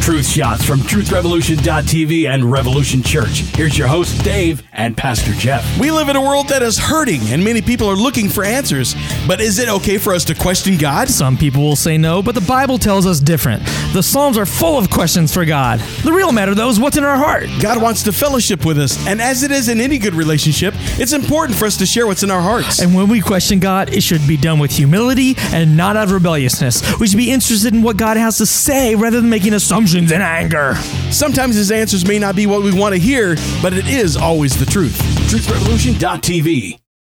Truth Shots from TruthRevolution.tv and Revolution Church. Here's your host, Dave, and Pastor Jeff. We live in a world that is hurting, and many people are looking for answers. But is it okay for us to question God? Some people will say no, but the Bible tells us different. The Psalms are full of questions for God. The real matter, though, is what's in our heart. God wants to fellowship with us, and as it is in any good relationship, it's important for us to share what's in our hearts. And when we question God, it should be done with humility and not out of rebelliousness. We should be interested in what God has to say rather than making assumptions in anger. Sometimes his answers may not be what we want to hear, but it is always the truth. TruthRevolution.tv.